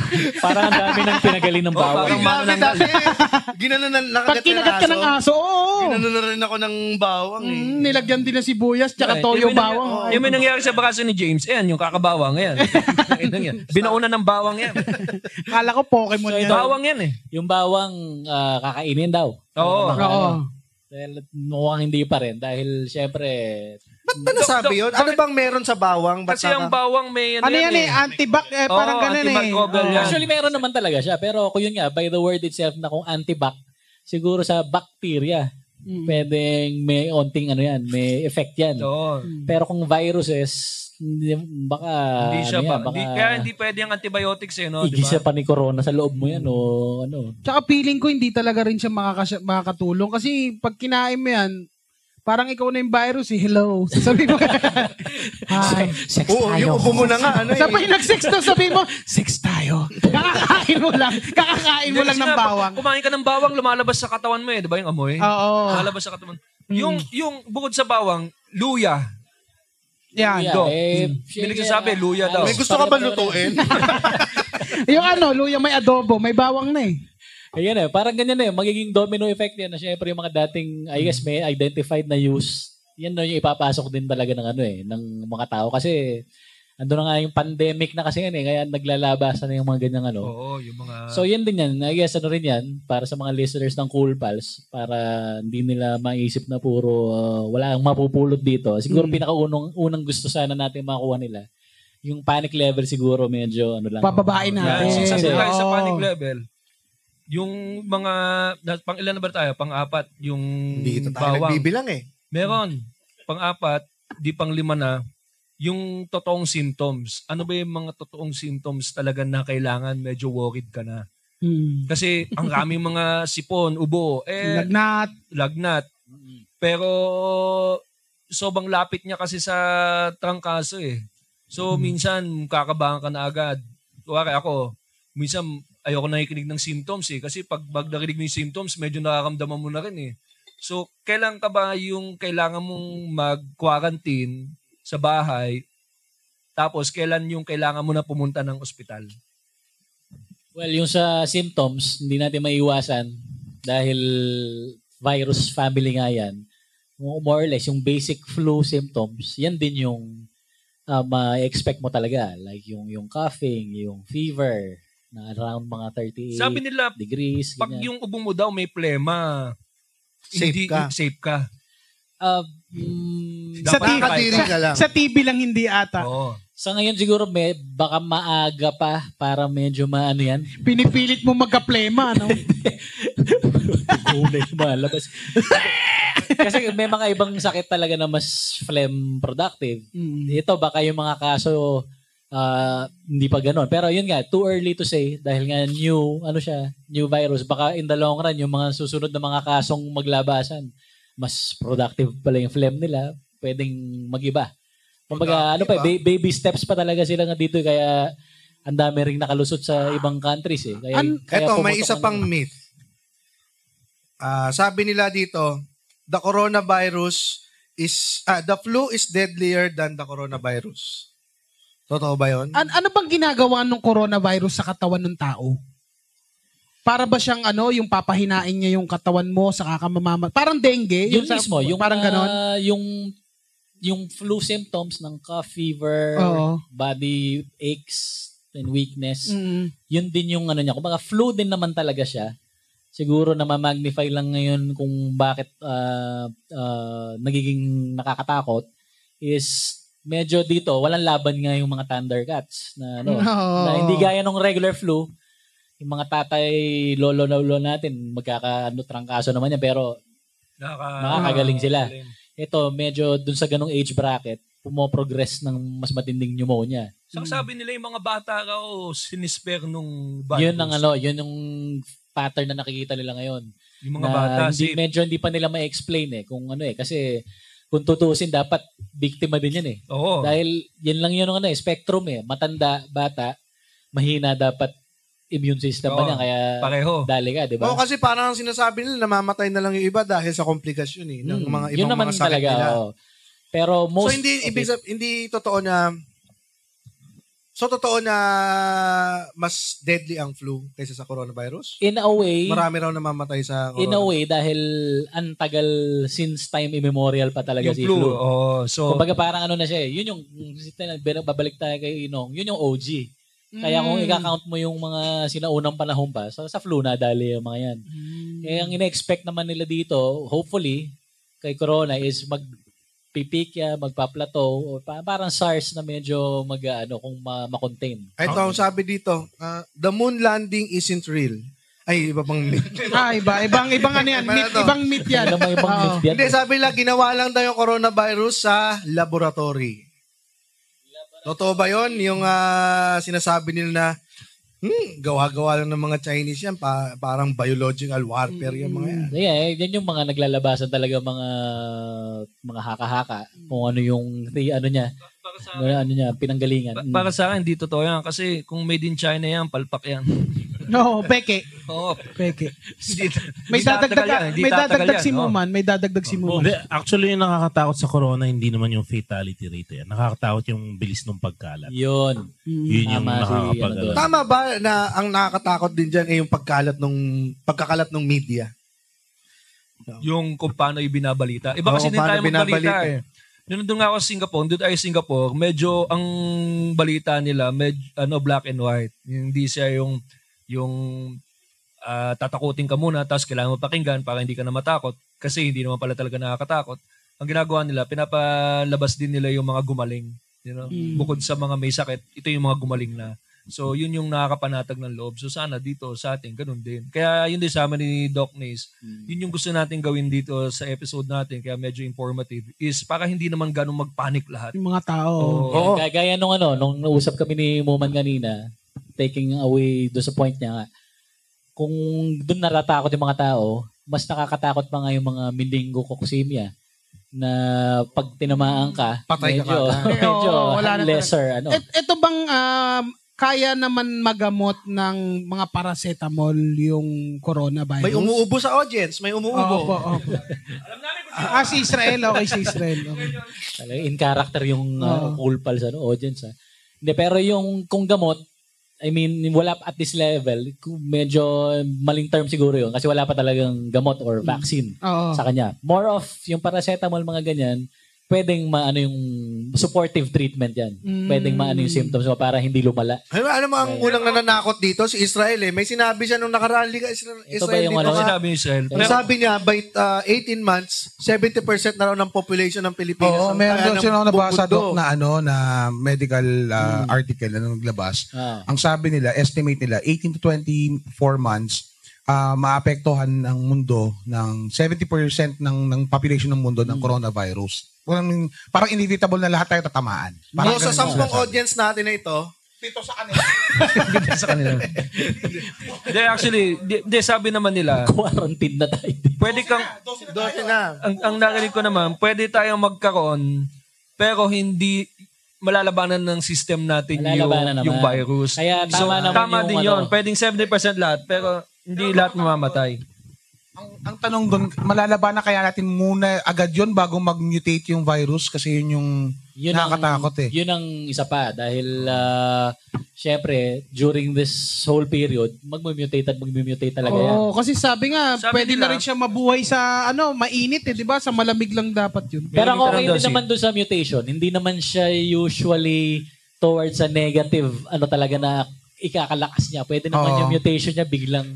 D: Parang ang dami ng pinagaling ng
C: Oh,
D: bawal.
C: parang-
B: Grabe
C: manananggal.
B: dati eh. Ginanon na nakagat
A: Pag kinagat ka ng aso, oo.
B: Ginanon na rin ako ng bawang eh.
A: Mm, nilagyan din na sibuyas, tsaka
C: Ay,
A: toyo
C: yung may nangy-
A: bawang.
C: Yung may nangyari sa bakasyon ni James, ayan, yung kakabawang, ayan. Ayan yan. Binauna ng bawang yan.
A: Kala ko Pokemon
D: So,
A: yan.
D: ito-
C: Bawang yan eh.
D: Yung bawang ah, kakainin daw.
C: Oo.
D: Mga ano,
A: Oo.
D: Dahil mukhang hindi pa rin. Dahil syempre,
B: Ba't ba nasabi yun? Ano bang meron sa bawang? Ba't
C: Kasi ang
B: naka-
C: bawang may...
A: Ano yan eh, antibac, eh,
C: Oo,
A: parang ganun eh.
C: antimicrobial
A: Oo.
C: yan.
D: Actually, meron naman talaga siya. Pero kung yun nga, by the word itself na kung antibac, siguro sa bacteria,
A: Mm.
D: pwedeng may onting ano yan, may effect yan.
C: Oo.
D: Pero kung viruses, hindi, baka,
C: Hindi siya
D: ano
C: ba?
D: yan, baka,
C: Hindi, kaya hindi pwede ang antibiotics eh, no? Di
D: igisa
C: ba?
D: pa ni corona sa loob mo yan o ano.
A: Tsaka feeling ko hindi talaga rin siya makakas- makakatulong kasi pag kinain mo yan, parang ikaw na yung virus eh. Hello. Sabi mo, hi.
D: Sex
B: Oo, yung ubo mo na nga. Ano eh.
A: Sabay nag-sex to, sabi mo, sex tayo. Kakakain mo lang. Kakakain mo
C: Hindi,
A: lang
C: kasi
A: ng
C: nga,
A: bawang.
C: Kumain ka ng bawang, lumalabas sa katawan mo eh. Di ba yung amoy?
A: Oo. Mm.
C: Lumalabas sa katawan. Yung, yung bukod sa bawang, luya.
A: Yan.
C: Dok.
D: eh,
C: May nagsasabi, luya daw.
B: May gusto ka ba lutuin?
A: Yung ano, luya may adobo, may bawang na eh.
D: Ayan eh, parang ganyan eh. Magiging domino effect yan. na Siyempre yung mga dating, I guess, may identified na use. Yan na yung ipapasok din talaga ng ano eh, ng mga tao. Kasi, ando na nga yung pandemic na kasi yan eh. Kaya naglalabasan na yung mga ganyang ano.
C: Oo, ah. yung mga...
D: So, yan din yan. I guess, ano rin yan, para sa mga listeners ng Cool Pals, para hindi nila maisip na puro uh, wala ang mapupulot dito. Siguro pinakaunang unang gusto sana natin makuha nila, yung panic level siguro medyo ano lang.
A: Pababain
C: Yan,
A: natin.
C: since tayo sa
A: Oo.
C: panic level, yung mga, na- pang ilan na ba tayo? Pang-apat, yung
B: Hindi ito tayo
C: bawang.
B: nagbibilang eh.
C: Meron. Pang-apat, di pang-lima na, yung totoong symptoms. Ano ba yung mga totoong symptoms talaga na kailangan medyo worried ka na?
A: Hmm.
C: Kasi ang raming mga sipon, ubo, eh,
A: Lagnat.
C: lagnat. Pero sobrang lapit niya kasi sa trangkaso eh. So minsan kakabahan ka na agad. Kuwari ako, minsan ayoko nakikinig ng symptoms eh. Kasi pag, pag nakinig mo yung symptoms, medyo nakaramdaman mo na rin eh. So kailan ka ba yung kailangan mong mag-quarantine sa bahay? Tapos kailan yung kailangan mo na pumunta ng ospital?
D: Well, yung sa symptoms, hindi natin maiwasan dahil virus family nga yan. More or less, yung basic flu symptoms, yan din yung ah, ma-expect mo talaga. Like yung, yung coughing, yung fever, na around mga
B: Eh,
D: 38
C: Sabi nila,
D: degrees.
C: pag
D: ganyan.
C: yung ubo mo daw may plema,
B: Safe
C: hindi-
B: ka.
C: Safe ka.
D: Ah, mm,
A: Sa
C: Dapat
A: TV,
B: Nakakadiri
A: sa,
B: ka lang.
A: sa TV lang hindi ata.
C: Oo.
D: sa ngayon siguro, may, baka maaga pa para medyo maano yan.
A: Pinipilit mo magkaplema, no?
D: Kulay malabas. Kasi may mga ibang sakit talaga na mas phlegm productive.
A: Mm.
D: Ito baka yung mga kaso ah, hindi pa ganun. Pero yun nga, too early to say dahil nga new, ano siya, new virus. Baka in the long run, yung mga susunod na mga kasong maglabasan, mas productive pala yung phlegm nila. Pwedeng magiba. Kumbaga, ano pa, ba- baby steps pa talaga sila nga dito eh, kaya ang dami ring nakalusot sa ibang countries eh. Kaya,
A: An-
D: kaya
B: Ah. Eto, may
D: pumutok
B: isa
D: ng-
B: pang myth. Ah, sabi nila dito, the coronavirus is, ah, the flu is deadlier than the coronavirus. Totoo ba yun?
A: An- ano bang ginagawa ng coronavirus sa katawan ng tao? Para ba siyang ano, yung papahinain niya yung katawan mo sa kakamamama? Parang dengue? Eh,
D: Yun
A: sa-
D: mismo, yung
A: parang
D: ah,
A: ganon?
D: yung yung flu symptoms ng cough, fever,
A: Oo.
D: body aches and weakness.
A: Mm.
D: Yun din yung ano niya. Kumbaga flu din naman talaga siya. siguro na magnify lang ngayon kung bakit ah, ah, nagiging nakakatakot is medyo dito, walang laban nga yung mga Thundercats na ano,
A: Mm, Oo.
D: na hindi gaya nung regular flu, yung mga tatay lolo lolo natin, magkakaano trangkaso naman yan pero
C: Nakaka,
D: Nakakagaling sila. ito medyo dun sa ganong age bracket, pumo-progress ng mas matinding pneumonia.
C: Saka sabi nila yung mga bata raw sinisper nung virus.
D: Yun ang ano, yun yung pattern na nakikita nila ngayon.
C: Yung mga
D: na
C: bata.
D: hindi,
C: safe.
D: medyo hindi pa nila ma-explain eh kung ano eh kasi kung tutusin dapat biktima din yan eh.
B: Oh.
C: Oo.
D: Dahil yan lang yun ang ano eh, spectrum eh. Matanda, bata, mahina dapat immune system pa
C: Oo,
D: niya kaya
C: pareho.
D: dali ka, di ba?
B: Oo, kasi parang ang sinasabi nila, namamatay na lang yung iba dahil sa komplikasyon eh, ng
D: Mm,
B: mga
D: yun
B: ibang mga
D: naman
B: sakit
D: talaga,
B: nila.
D: oo. Pero most
B: so hindi
D: of
B: ibig
D: it-
B: sab- hindi totoo na So totoo na mas deadly ang flu kaysa sa coronavirus?
D: in a way,
B: Marami raw namamatay sa
D: in a
B: corona.
D: way dahil ang tagal since time immemorial pa talaga
C: yung
D: si
C: flu.
D: flu.
C: Oo. so,
D: Kumbaga parang ano na siya eh. Yun yung, yung babalik tayo kay Inong, yun yung OG. Kaya
A: Mm.
D: kung i-count mo yung mga sinaunang panahon pa, sa, sa flu na dali yung mga yan. Kaya ang ina-expect naman nila dito, hopefully, kay Corona is mag pipikya, magpa-plateau, o pa- parang SARS na medyo mag, ano, kung ma- ma-contain.
B: Ito ang sabi dito, ah, the moon landing isn't real. Ay, iba pang myth.
A: Ah, iba. Ibang, ibang ano yan.
B: Iba na
A: Myth,
B: to.
A: ibang myth yan.
D: Alam mo yung mga
A: Oo.
D: myth yan?
B: Hindi, sabi lang, ginawa lang daw yung coronavirus sa laboratory. Totoo ba yon Yung ah, sinasabi nila na, hmm, gawa-gawa lang ng mga Chinese yan, pa- parang biological warfare yung mga yan.
D: So, yeah, eh, yan yung mga naglalabasan talaga mga mga haka-haka kung ano yung the, ano niya,
C: para sa,
D: ano, ano niya, pinanggalingan.
C: pa-
D: Mm.
C: para sa akin, hindi totoo yan. Kasi kung made in China yan, palpak yan.
A: No, peke.
C: Oo.
A: Peke.
C: Hindi-
A: May
C: hindi tatagal yan,
A: dadagdag,
C: hindi
A: may
C: tatagal
A: dadagdag
C: yan,
A: si
C: oo.
A: Muman. May dadagdag
D: Oh,
A: si Muman.
F: Hindi, actually yung nakakatakot sa corona hindi naman yung fatality rate yan. Nakakatakot yung bilis ng pagkalat.
D: Yun.
A: Hmm, Mm,
F: Yun yung
D: Tama si, ano,
F: nakakapagala.
D: doon.
B: Tama ba na ang nakakatakot din dyan ay yung pagkalat ng pagkakalat ng media?
C: Yung kung paano ibinabalita. Iba
B: Oo,
C: kasi
B: kung
C: din
B: paano
C: tayo magbalita.
B: binabalita eh.
C: Eh. Noon doon nga ako sa Singapore, doon tayo sa Singapore, medyo ang balita nila, med, ano, black and white. Hindi siya yung, yung ah, tatakutin ka muna, tapos kailangan mo pakinggan para hindi ka na matakot. Kasi hindi naman pala talaga nakakatakot. Ang ginagawa nila, pinapalabas din nila yung mga gumaling. You know? Bukod sa mga may sakit, ito yung mga gumaling na. So, yun yung nakakapanatag ng loob. So, sana dito sa atin, ganun din. Kaya yun din sa amin ni Doc Nace, yun yung gusto natin gawin dito sa episode natin, kaya medyo informative, is para hindi naman ganun magpanik lahat.
A: Yung mga tao.
C: Oo.
F: Oh.
D: Gaya, gaya nung ano, nung nausap kami ni Moman kanina, taking away do sa point niya nga, kung doon natatakot yung mga tao, mas nakakatakot pa nga yung mga milinggo kokosimia na pag tinamaan ka,
B: Patay ka
D: medyo,
B: kagad.
D: medyo
A: Oo, wala na
D: lesser. Ano.
A: Et, eto bang um, kaya naman magamot ng mga paracetamol yung coronavirus?
B: May umuubo sa audience, may
A: Oo
B: umuubo.
A: po, opo. Ah, si Israel. Okay, si Israel. Okay.
D: Talaga, Ano, in character yung uh,
A: Oo.
D: cool pals ano, audience. Ha? Hindi, pero yung kung gamot, I mean, wala pa at this level, kung medyo maling term siguro yun kasi wala pa talagang gamot or vaccine
A: Mm. Oo.
D: sa kanya. More of yung paracetamol, mga ganyan, pwedeng maano yung supportive treatment yan.
A: Mm.
D: Pwedeng maano yung symptoms mo para hindi lumala.
B: Ay, alam mo, ang unang
D: ano?
B: nananakot dito, si Israel eh. May sinabi siya nung nakarally ka, Israel,
D: Ito ba
B: Israel
D: yung
B: dito
D: ano?
B: ka.
C: Sinabi ni Israel.
B: Ang
C: Pero,
B: sabi niya, by uh, 18 months, 70% na raw ng population ng Pilipinas.
G: Oo,
B: ang
G: Oh, meron
B: kaya
G: daw
B: ng
G: sino nabasa
B: bumundo.
G: doc na ano na medical ah, article na naglabas.
D: Ah.
G: Ang sabi nila, estimate nila 18 to 24 months ah, maapektuhan ng mundo ng 70% ng ng population ng mundo ng coronavirus. Parang parang inevitable na lahat tayo tatamaan. Parang
B: So, Hmm. sa
G: ganun
B: sampung
G: sinasabi.
B: audience natin na ito,
C: Hindi, actually, di, di, sabi naman nila,
D: Quarantine na tayo.
C: pwede kang,
B: 12 na.
C: ang, ang narinig ko naman, pwede tayong magkaroon, pero hindi malalabanan ng system natin
D: Malalabanan
C: yung, yung
D: naman.
C: virus.
D: Kaya
C: so,
D: tama naman
C: tama
D: yung
C: din
D: ano.
C: yun. Pwedeng 70% lahat, pero hindi lahat mamamatay.
G: Ang, ang tanong doon, malalabanan kaya natin muna agad 'yon bago mag-mutate yung virus kasi yun yung nakakatakot eh.
D: Ang, yun ang isa pa dahil ah, syempre during this whole period magmutate at magmutate talaga yan.
A: Oo, kasi sabi nga,
C: Sabi
A: pwede
C: nila-
A: na rin siya mabuhay sa ano, mainit eh, 'di ba? Sa malamig lang dapat 'yun.
D: Pero ang
C: Meron
D: okay
C: din
D: din
C: kasi.
D: naman doon sa mutation, hindi naman siya usually towards sa negative ano talaga na ikakalakas niya. Pwede naman
G: Oo.
D: yung mutation niya biglang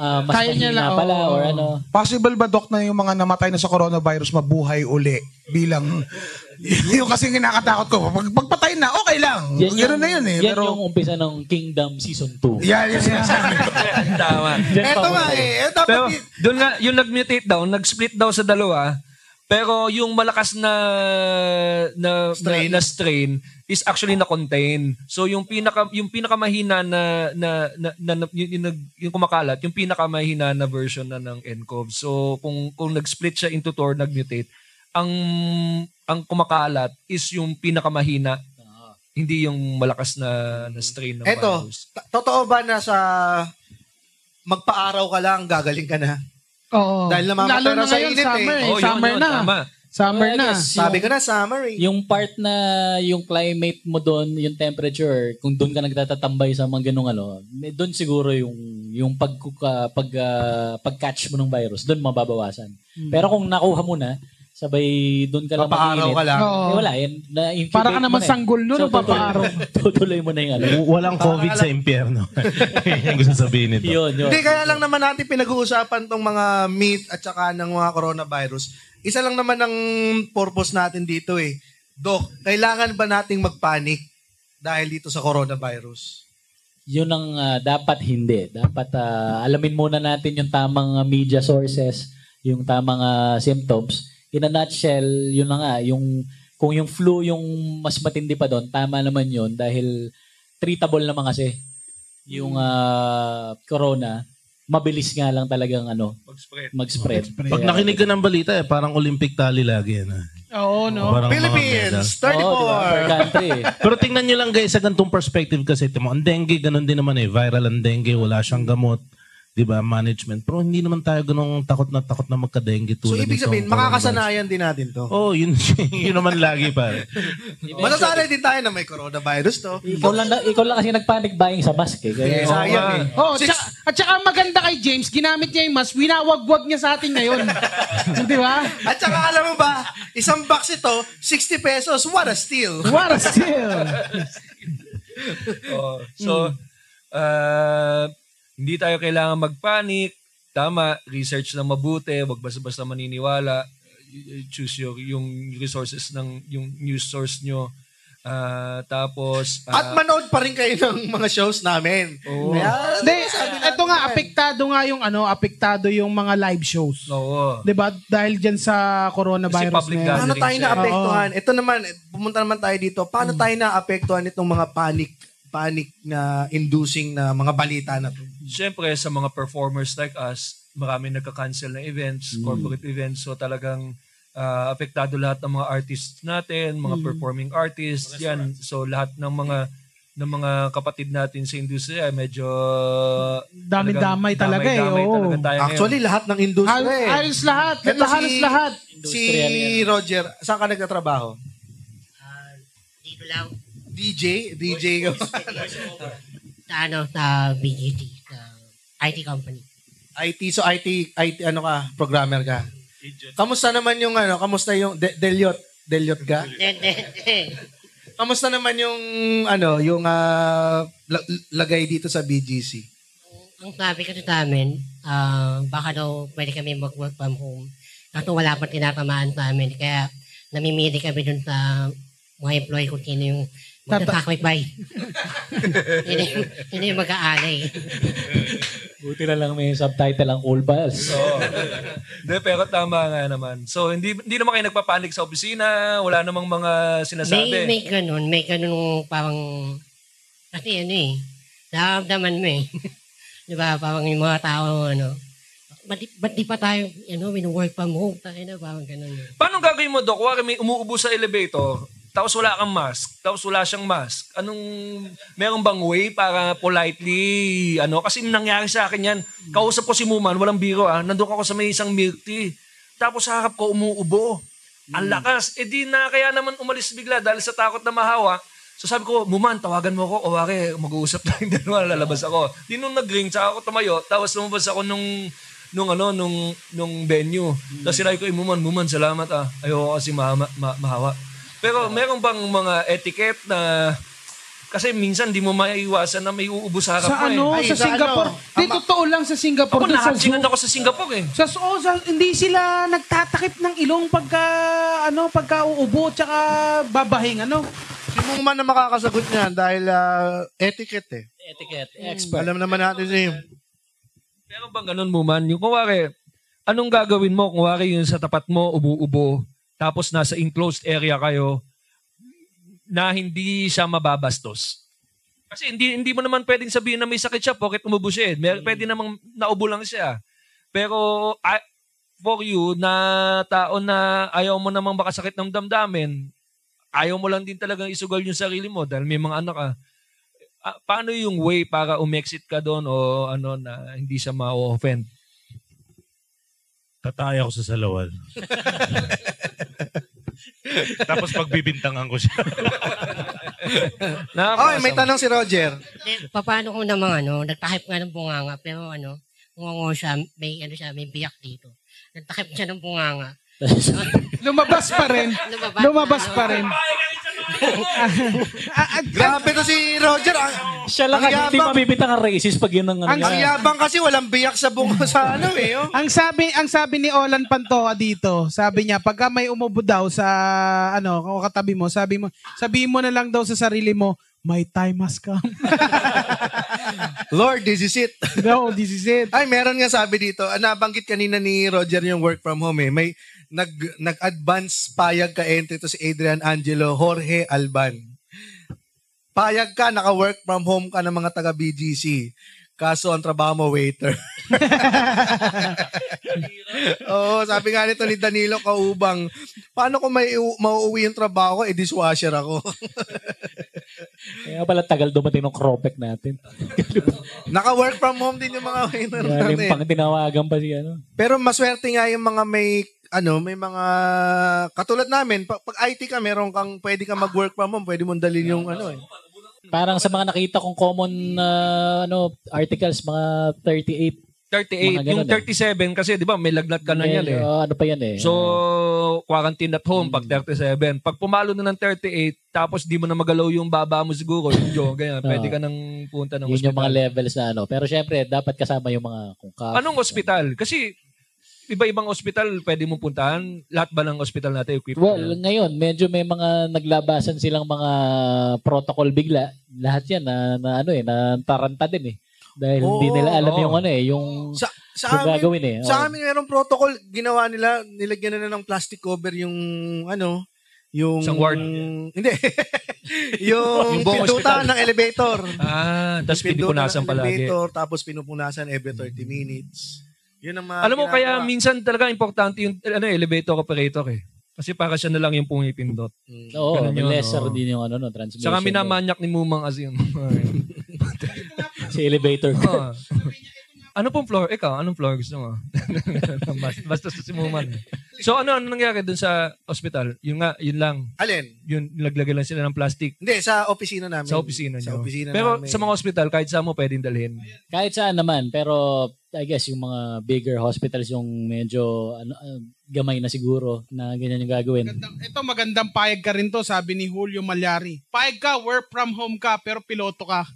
D: ah, mas
H: Kaya niya
D: mahina
H: lang,
D: pala
H: oo.
D: or ano.
G: Possible ba, Doc, na yung mga namatay na sa coronavirus mabuhay uli bilang... yung kasi kinakatakot ko, pag pagpatay na, okay
D: Yan
G: lang.
D: yung-
G: Ganun na yun eh.
D: Yan
G: Pero,
D: yung umpisa ng Kingdom Season 2.
G: yeah, yun sinasabi ko.
C: Tama.
D: Diyan pa
B: Eto nga
D: ako.
B: eh. Eh, dapat
C: Pero
B: i-
C: doon nga, yung nag-mutate daw, nag-split daw sa dalawa, pero yung malakas na na strain,
B: Strain.
C: na, na strain is actually na contain. So yung pinaka yung pinakamahina na na, na, na, na- yung, yung, nag- yung kumakalat, yung pinakamahina na version na ng NCOV. So kung kung nag-split siya into two or nag-mutate, ang ang kumakalat is yung pinakamahina. Hindi yung malakas na, na strain ng
B: Ah. Eto,
H: Eh,
C: virus.
B: t- totoo ba na sa magpa-araw ka lang, gagaling ka na?
H: Oo.
B: Dahil namamatay
H: Lalo
B: na
H: na
B: sa
H: ngayon,
B: init eh.
H: summer eh.
C: Oh, yun,
H: summer
C: yun,
H: na.
C: tama.
H: Summer
D: Well, I
H: na.
D: guess yung-
B: Sabi ko na, summer eh.
D: Yung part na yung climate mo doon, yung temperature, kung doon ka nagtatatambay sa mga ganung ano, may- doon siguro yung yung pag pag ah, pag-catch mo ng virus, doon mababawasan.
H: Hmm.
D: Pero kung nakuha mo na, sabay doon ka lang
B: Papaaraw ka lang.
H: Oo.
D: Eh, wala, yan, na-incubate
H: Para ka
D: mo
H: naman
D: na eh.
H: sanggol nun,
D: So,
H: nung papaaraw.
D: tutuloy- Tutuloy mo na yung ano.
F: Walang COVID sa impyerno. Yan gusto sabihin nito.
D: Yun, yun.
B: Hindi, kaya lang naman natin pinag-uusapan tong mga myth at saka ng mga coronavirus. Isa lang naman ang purpose natin dito eh. Dok, kailangan ba nating magpanik dahil dito sa coronavirus?
D: yun ang ah, dapat hindi. Dapat ah, alamin muna natin yung tamang ah, media sources, yung tamang ah, symptoms. In a nutshell, yun na nga, yung, kung yung flu yung mas matindi pa doon, tama naman yun dahil treatable naman kasi yung ah, corona, mabilis nga lang talagang ano,
C: Pag-spread.
D: mag-spread.
F: Pag
D: Kaya-
F: nakinig ka ng balita eh, parang Olympic tally lagi yan. ah.
H: Oo, no?
F: Parang mga medal.
B: Philippines, 34.
D: Oo, diba? Per country. eh.
F: Pero tingnan nyo lang guys sa ganitong perspective kasi timo, ang dengue ganun din naman eh, viral ang dengue, wala siyang gamot, 'di ba? Management. Pero hindi naman tayo ganung takot na takot na magka-dengue
B: So,
F: tulad
B: ibig
F: nitong
B: sabihin,
F: coronavirus.
B: makakasanayan din natin to.
F: Oh, yun yun naman lagi pare.
B: Masasanay din tayo na may coronavirus to.
D: ikaw, lang, na- ikaw lang kasi nagpanic buying sa mask eh. Kaya,
B: Eh, sayang eh.
H: Oh, tsaka, at saka ang maganda kay James, ginamit niya yung mas, winawagwag niya sa atin ngayon. Di ba?
B: At saka alam mo ba, isang box ito, 60 pesos, what a steal.
H: What a steal!
C: Oo.
B: Hmm.
C: So, uh, hindi tayo kailangan magpanik. Tama, research na mabuti. Huwag basta-basta maniniwala. Y- y- Choose your, yung resources ng yung news source nyo. Ah, tapos, ah,
B: At manood pa rin kayo ng mga shows namin.
C: oo.
B: Kaya,
H: Hindi, ito nga, apektado nga yung ano, apektado yung mga live shows.
C: Oo.
H: Di ba? Dahil dyan sa
C: Kasi
H: coronavirus
C: public
H: na yan.
B: Paano
C: gathering
B: Ano tayo
C: siya.
B: naapektuhan? Ito naman, eh, pumunta naman tayo dito. Paano
H: Hmm.
B: tayo naapektuhan itong mga panic panic na inducing na mga balita na to?
C: Siyempre, sa mga performers like us, marami nagka-cancel na events,
H: Mm.
C: corporate events. So talagang ah, apektado lahat ng mga artists natin,
H: Mm.
C: mga performing artists, yan. So lahat ng mga ng mga kapatid natin sa industriya, medyo
H: Daming damay talaga eh,
C: damay
H: oo.
C: talaga tayo ngayon.
B: Actually, lahat ng industry.
H: Hal-
B: eh.
H: Halos lahat.
B: Ito si-
H: Halos lahat.
B: Si Roger, saan ka nagtatrabaho?
E: Ah, Dito lang,
B: DJ? DJ ka ba?
E: sa ano, sa BGT, sa IT company.
B: IT, so IT, IT, ano ka, programmer ka. Kamusta naman yung ano, kamusta yung, de, Deliot, Deliot ka? Kamusta naman yung, ano, yung ah, la- lagay dito sa BGC?
E: Ang sabi kasi sa amin, ah, baka daw pwede kami mag-work from home. Kaso wala pa tinatamaan sa amin. Kaya namimili kami dun sa mga employee kung sino yung magsasakway-bay. sino, yung- sino yung mag-aalay.
D: buti na lang may subtitle ang Cool Pals.
C: Oo. Hindi, pero tama nga naman. So, hindi, hindi naman kayo nagpapanik sa opisina, wala namang mga sinasabi.
E: May, may ganun. May ganun parang... Kasi ano eh. Nakakamdaman mo eh. di ba? Parang yung mga tao, ano. Ba't, di- ba't di pa tayo, ano, work from home? Tayo na, parang ganun. eh.
C: Paano gagawin mo, Doc? Kuwari may umuubo sa elevator, tapos wala kang mask, tapos wala siyang mask. Anong, meron bang way para politely, ano? Kasi nangyari sa akin yan, kausap ko si Muman, walang biro ah, nandun ako sa may isang milk tea. Tapos sa harap ko, umuubo.
A: Hmm.
C: Ang lakas. E di na kaya naman umalis bigla dahil sa takot na mahawa. So sabi ko, Muman, tawagan mo ako. O wari, mag-uusap tayong dalawa, lalabas ako. Di nung nag-ring, tsaka ako tumayo. Tapos lumabas ako nung nung ano nung nung venue.
A: Hmm.
C: Tapos sinabi ko, "Eh, Muman, Muman, salamat ah.
A: Ah.
C: Ayoko kasi mahama, ma- mahawa." Pero meron bang mga etiquette na Kasi minsan di mo maiiwasan na may uubos sa harap
A: Sa
C: mo
A: ano?
C: eh.
B: Ay,
A: sa
B: sa
A: Singapore.
B: ano?
A: Di, totoo lang sa Singapore.
C: Ako
A: dun sa zoo.
C: nahatchingan ako sa Singapore eh.
A: Sa
H: oh,
A: oo, sa- hindi sila nagtatakip ng ilong pagka, ano, pagka uubo, tsaka babahing, ano.
B: Sino man na makakasagot niyan dahil ah, etiquette eh.
D: Etiquette, expert.
B: Alam naman natin eh.
C: Meron bang ganun, Muman? Yung kuwari, anong gagawin mo? Kuwari yung sa tapat mo, ubo-ubo, tapos nasa enclosed area kayo, na hindi siya mababastos. Kasi hindi hindi mo naman pwedeng sabihin na may sakit siya pocket umubo siya. eh. Mer- Pwede namang naubo lang siya. Pero ah, for you na tao na ayaw mo namang makasakit ng damdamin, ayaw mo lang din talagang isugal yung sarili mo dahil may mga anak ka. Ah, paano yung way para umexit ka doon o ano na hindi siya ma-offend?
F: Tatay ako sa salawal. Tapos pagbibintangan ko siya.
B: Oh, may tanong si Roger.
E: Hindi, pa- paano ko naman ano, nagtakip nga ng bunganga, pero ano, ngungo siya, may ano siya, may biyak dito. Nagtakip siya ng bunganga.
A: Lumabas pa rin.
E: Lumabas, ano,
A: Lumabas pa rin.
B: Grabe to si Roger. Ang,
D: Siya lang
B: ang
D: kasi hindi
B: yabang,
D: mabibitang ang racist pag yun ang ano.
A: Ang
B: ang
D: niya.
B: yabang kasi walang biyak sa bungo sa ano eh. Oh.
A: Ang sabi ang sabi ni Olan Pantoa dito, sabi niya pagka may umubo daw sa ano, o katabi mo, sabi mo, sabihin mo na lang daw sa sarili mo, my time has come.
B: Lord, this is it.
A: no, this is it.
B: Ay, meron nga sabi dito. Ah, nabanggit kanina ni Roger yung work from home eh. May nag, nag-advance payag ka entry to si Adrian Angelo Jorge Alban. Payag ka, naka-work from home ka ng mga taga BGC. Kaso ang trabaho mo, waiter. Oo, sabi nga nito ni Danilo Kaubang, paano kung may mauuwi yung trabaho ko, eh dishwasher ako.
D: Kaya pala tagal dumating ng cropek natin.
B: Naka-work from home din yung mga waiter
D: Galing
B: natin.
D: pang tinawagan pa siya. No?
B: Pero maswerte nga yung mga may ano, may mga katulad namin, pag, pag IT ka, meron kang pwede kang mag-work from home, pwede mong dalhin yung ano eh.
D: Parang sa mga nakita kong common ah, ano articles, mga 38.
C: 38.
D: Mga
C: Yung
D: ganun
C: 37
D: eh.
C: kasi, di ba, may lagnat ka na yan eh.
D: Oo, ano pa yan eh.
C: So, quarantine at home pag
D: Hmm.
C: 37. Pag pumalo na ng 38, tapos di mo na magalaw yung baba mo siguro, yung jaw, ganyan. Pwede ka nang punta ng
D: Ah. yun yung mga
C: hospital.
D: levels na ano. Pero syempre, dapat kasama yung mga kung ka.
C: Anong hospital? Kasi, iba-ibang hospital pwede mong puntahan. Lahat ba ng hospital natin equipped?
D: Well, ngayon, medyo may mga naglabasan silang mga protocol bigla. Lahat yan na, na ano eh, na taranta din eh. Dahil hindi
B: Oo,
D: nila alam
C: oo.
D: yung ano eh, yung,
B: Sa, sa
D: yung
B: amin,
D: gagawin eh.
B: sa
D: Oo.
B: amin merong protocol, ginawa nila, nilagyan na na ng plastic cover yung ano, yung...
C: Isang ward.
B: Hindi. yung
C: Yung buong
B: pindutan ng elevator.
C: Ah, tapos
B: Yung pindutan
C: pinipunasan
B: ng
C: palagi.
B: Elevator, tapos pinupunasan every 30 minutes. Yun ang mga
C: Alam mo, kaya
B: Ah, ginagawa.
C: minsan talaga importante yung ano, elevator operator eh. Kasi para siya na lang yung pumipindot.
B: Mm.
D: Oo,
C: ganun yun,
D: lesser
C: oo.
D: din yung ano, no, transmission.
C: Saka minamanyak ni Mumang as yun.
D: Sa elevator.
C: Ah. ano pong floor? Ikaw, anong floor gusto mo? Bas- Basta sa si Mumang. So ano, ano nangyari dun sa hospital? Yun nga, yun lang.
B: Alin?
C: Yun, naglagay lang sila ng plastic
B: Hindi, sa opisina namin.
C: sa opisina
B: Sa
C: nyo.
B: opisina
C: Pero
B: namin.
C: sa mga hospital, kahit saan mo pwedeng dalhin.
D: Kahit saan naman, pero I guess yung mga bigger hospitals yung medyo ano, ah, gamay na siguro na ganyan yung gagawin.
A: Magandang- Ito magandang payag ka rin to, sabi ni Julio Malyari. Payag ka, work from home ka, pero piloto ka.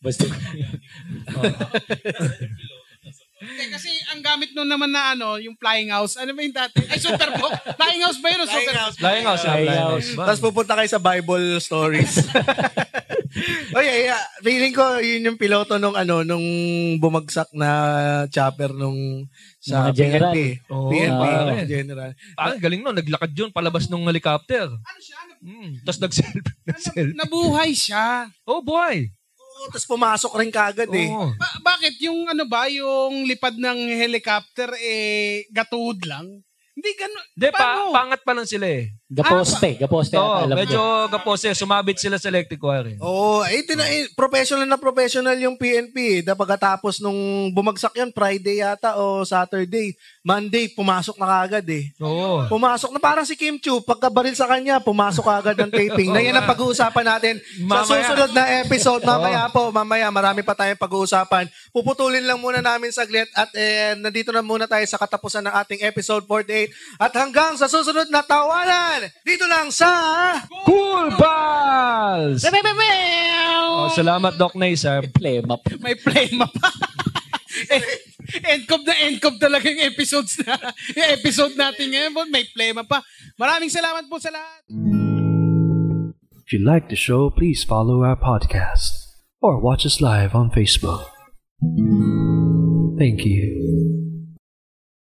D: Basta,
A: Eh, kasi ang gamit nun naman na ano, yung flying house. Ano ba yung dati? Ay, super po. flying house ba yun? o Super house.
C: Flying house, ah, flying house.
B: Tapos pupunta kayo sa Bible stories. Oye, yeah, feeling ko yun yung piloto nung ano nung bumagsak na chopper nung sa
D: Mga general.
B: PNP.
C: Oo,
B: PNP,
C: pare.
B: general.
C: Parang Ah, galing no, naglakad yun, palabas nung helicopter.
A: Ano siya?
C: Mm, tapos nag-selfie. nag-selfie.
A: Nabuhay siya.
C: Oh boy!
B: Oo, Tapos pumasok rin kagad eh.
C: Oo.
A: Ba- bakit? Yung ano ba, yung lipad ng helicopter, eh, gatuod lang? Hindi gano'n.
C: Hindi, pa,
A: Paano?
C: pangat pa lang sila eh.
D: gaposte,
C: Oo,
D: gaposte. ata, alam
C: medyo
D: ko.
C: kapose. Sumabit sila sa electric wire. eh.
B: Oo, eh, tina- eh, professional na professional yung PNP. eh. Da pagkatapos nung bumagsak yan, Friday yata o Saturday, Monday, pumasok na kagad eh.
C: Oo.
B: Pumasok na parang si Kim Chu, pagkabaril sa kanya, pumasok agad ng taping. Na yan ang pag-uusapan natin
C: Mamaya.
B: sa susunod na episode. Mamaya po, mamaya, marami pa tayong pag-uusapan. Puputulin lang muna namin saglit at eh, nandito na muna tayo sa katapusan ng ating episode 48 update. At hanggang sa susunod na tawanan, dito lang sa...
C: Cool Pals! Oh, salamat, Doc Nays. ah.
I: Play map.
A: May play map. Endcob na endcob talaga yung episodes na yung episode natin ngayon. Bon, May play map pa. Maraming salamat po sa lahat.
J: If you like the show, please follow our podcast or watch us live on Facebook. Thank you.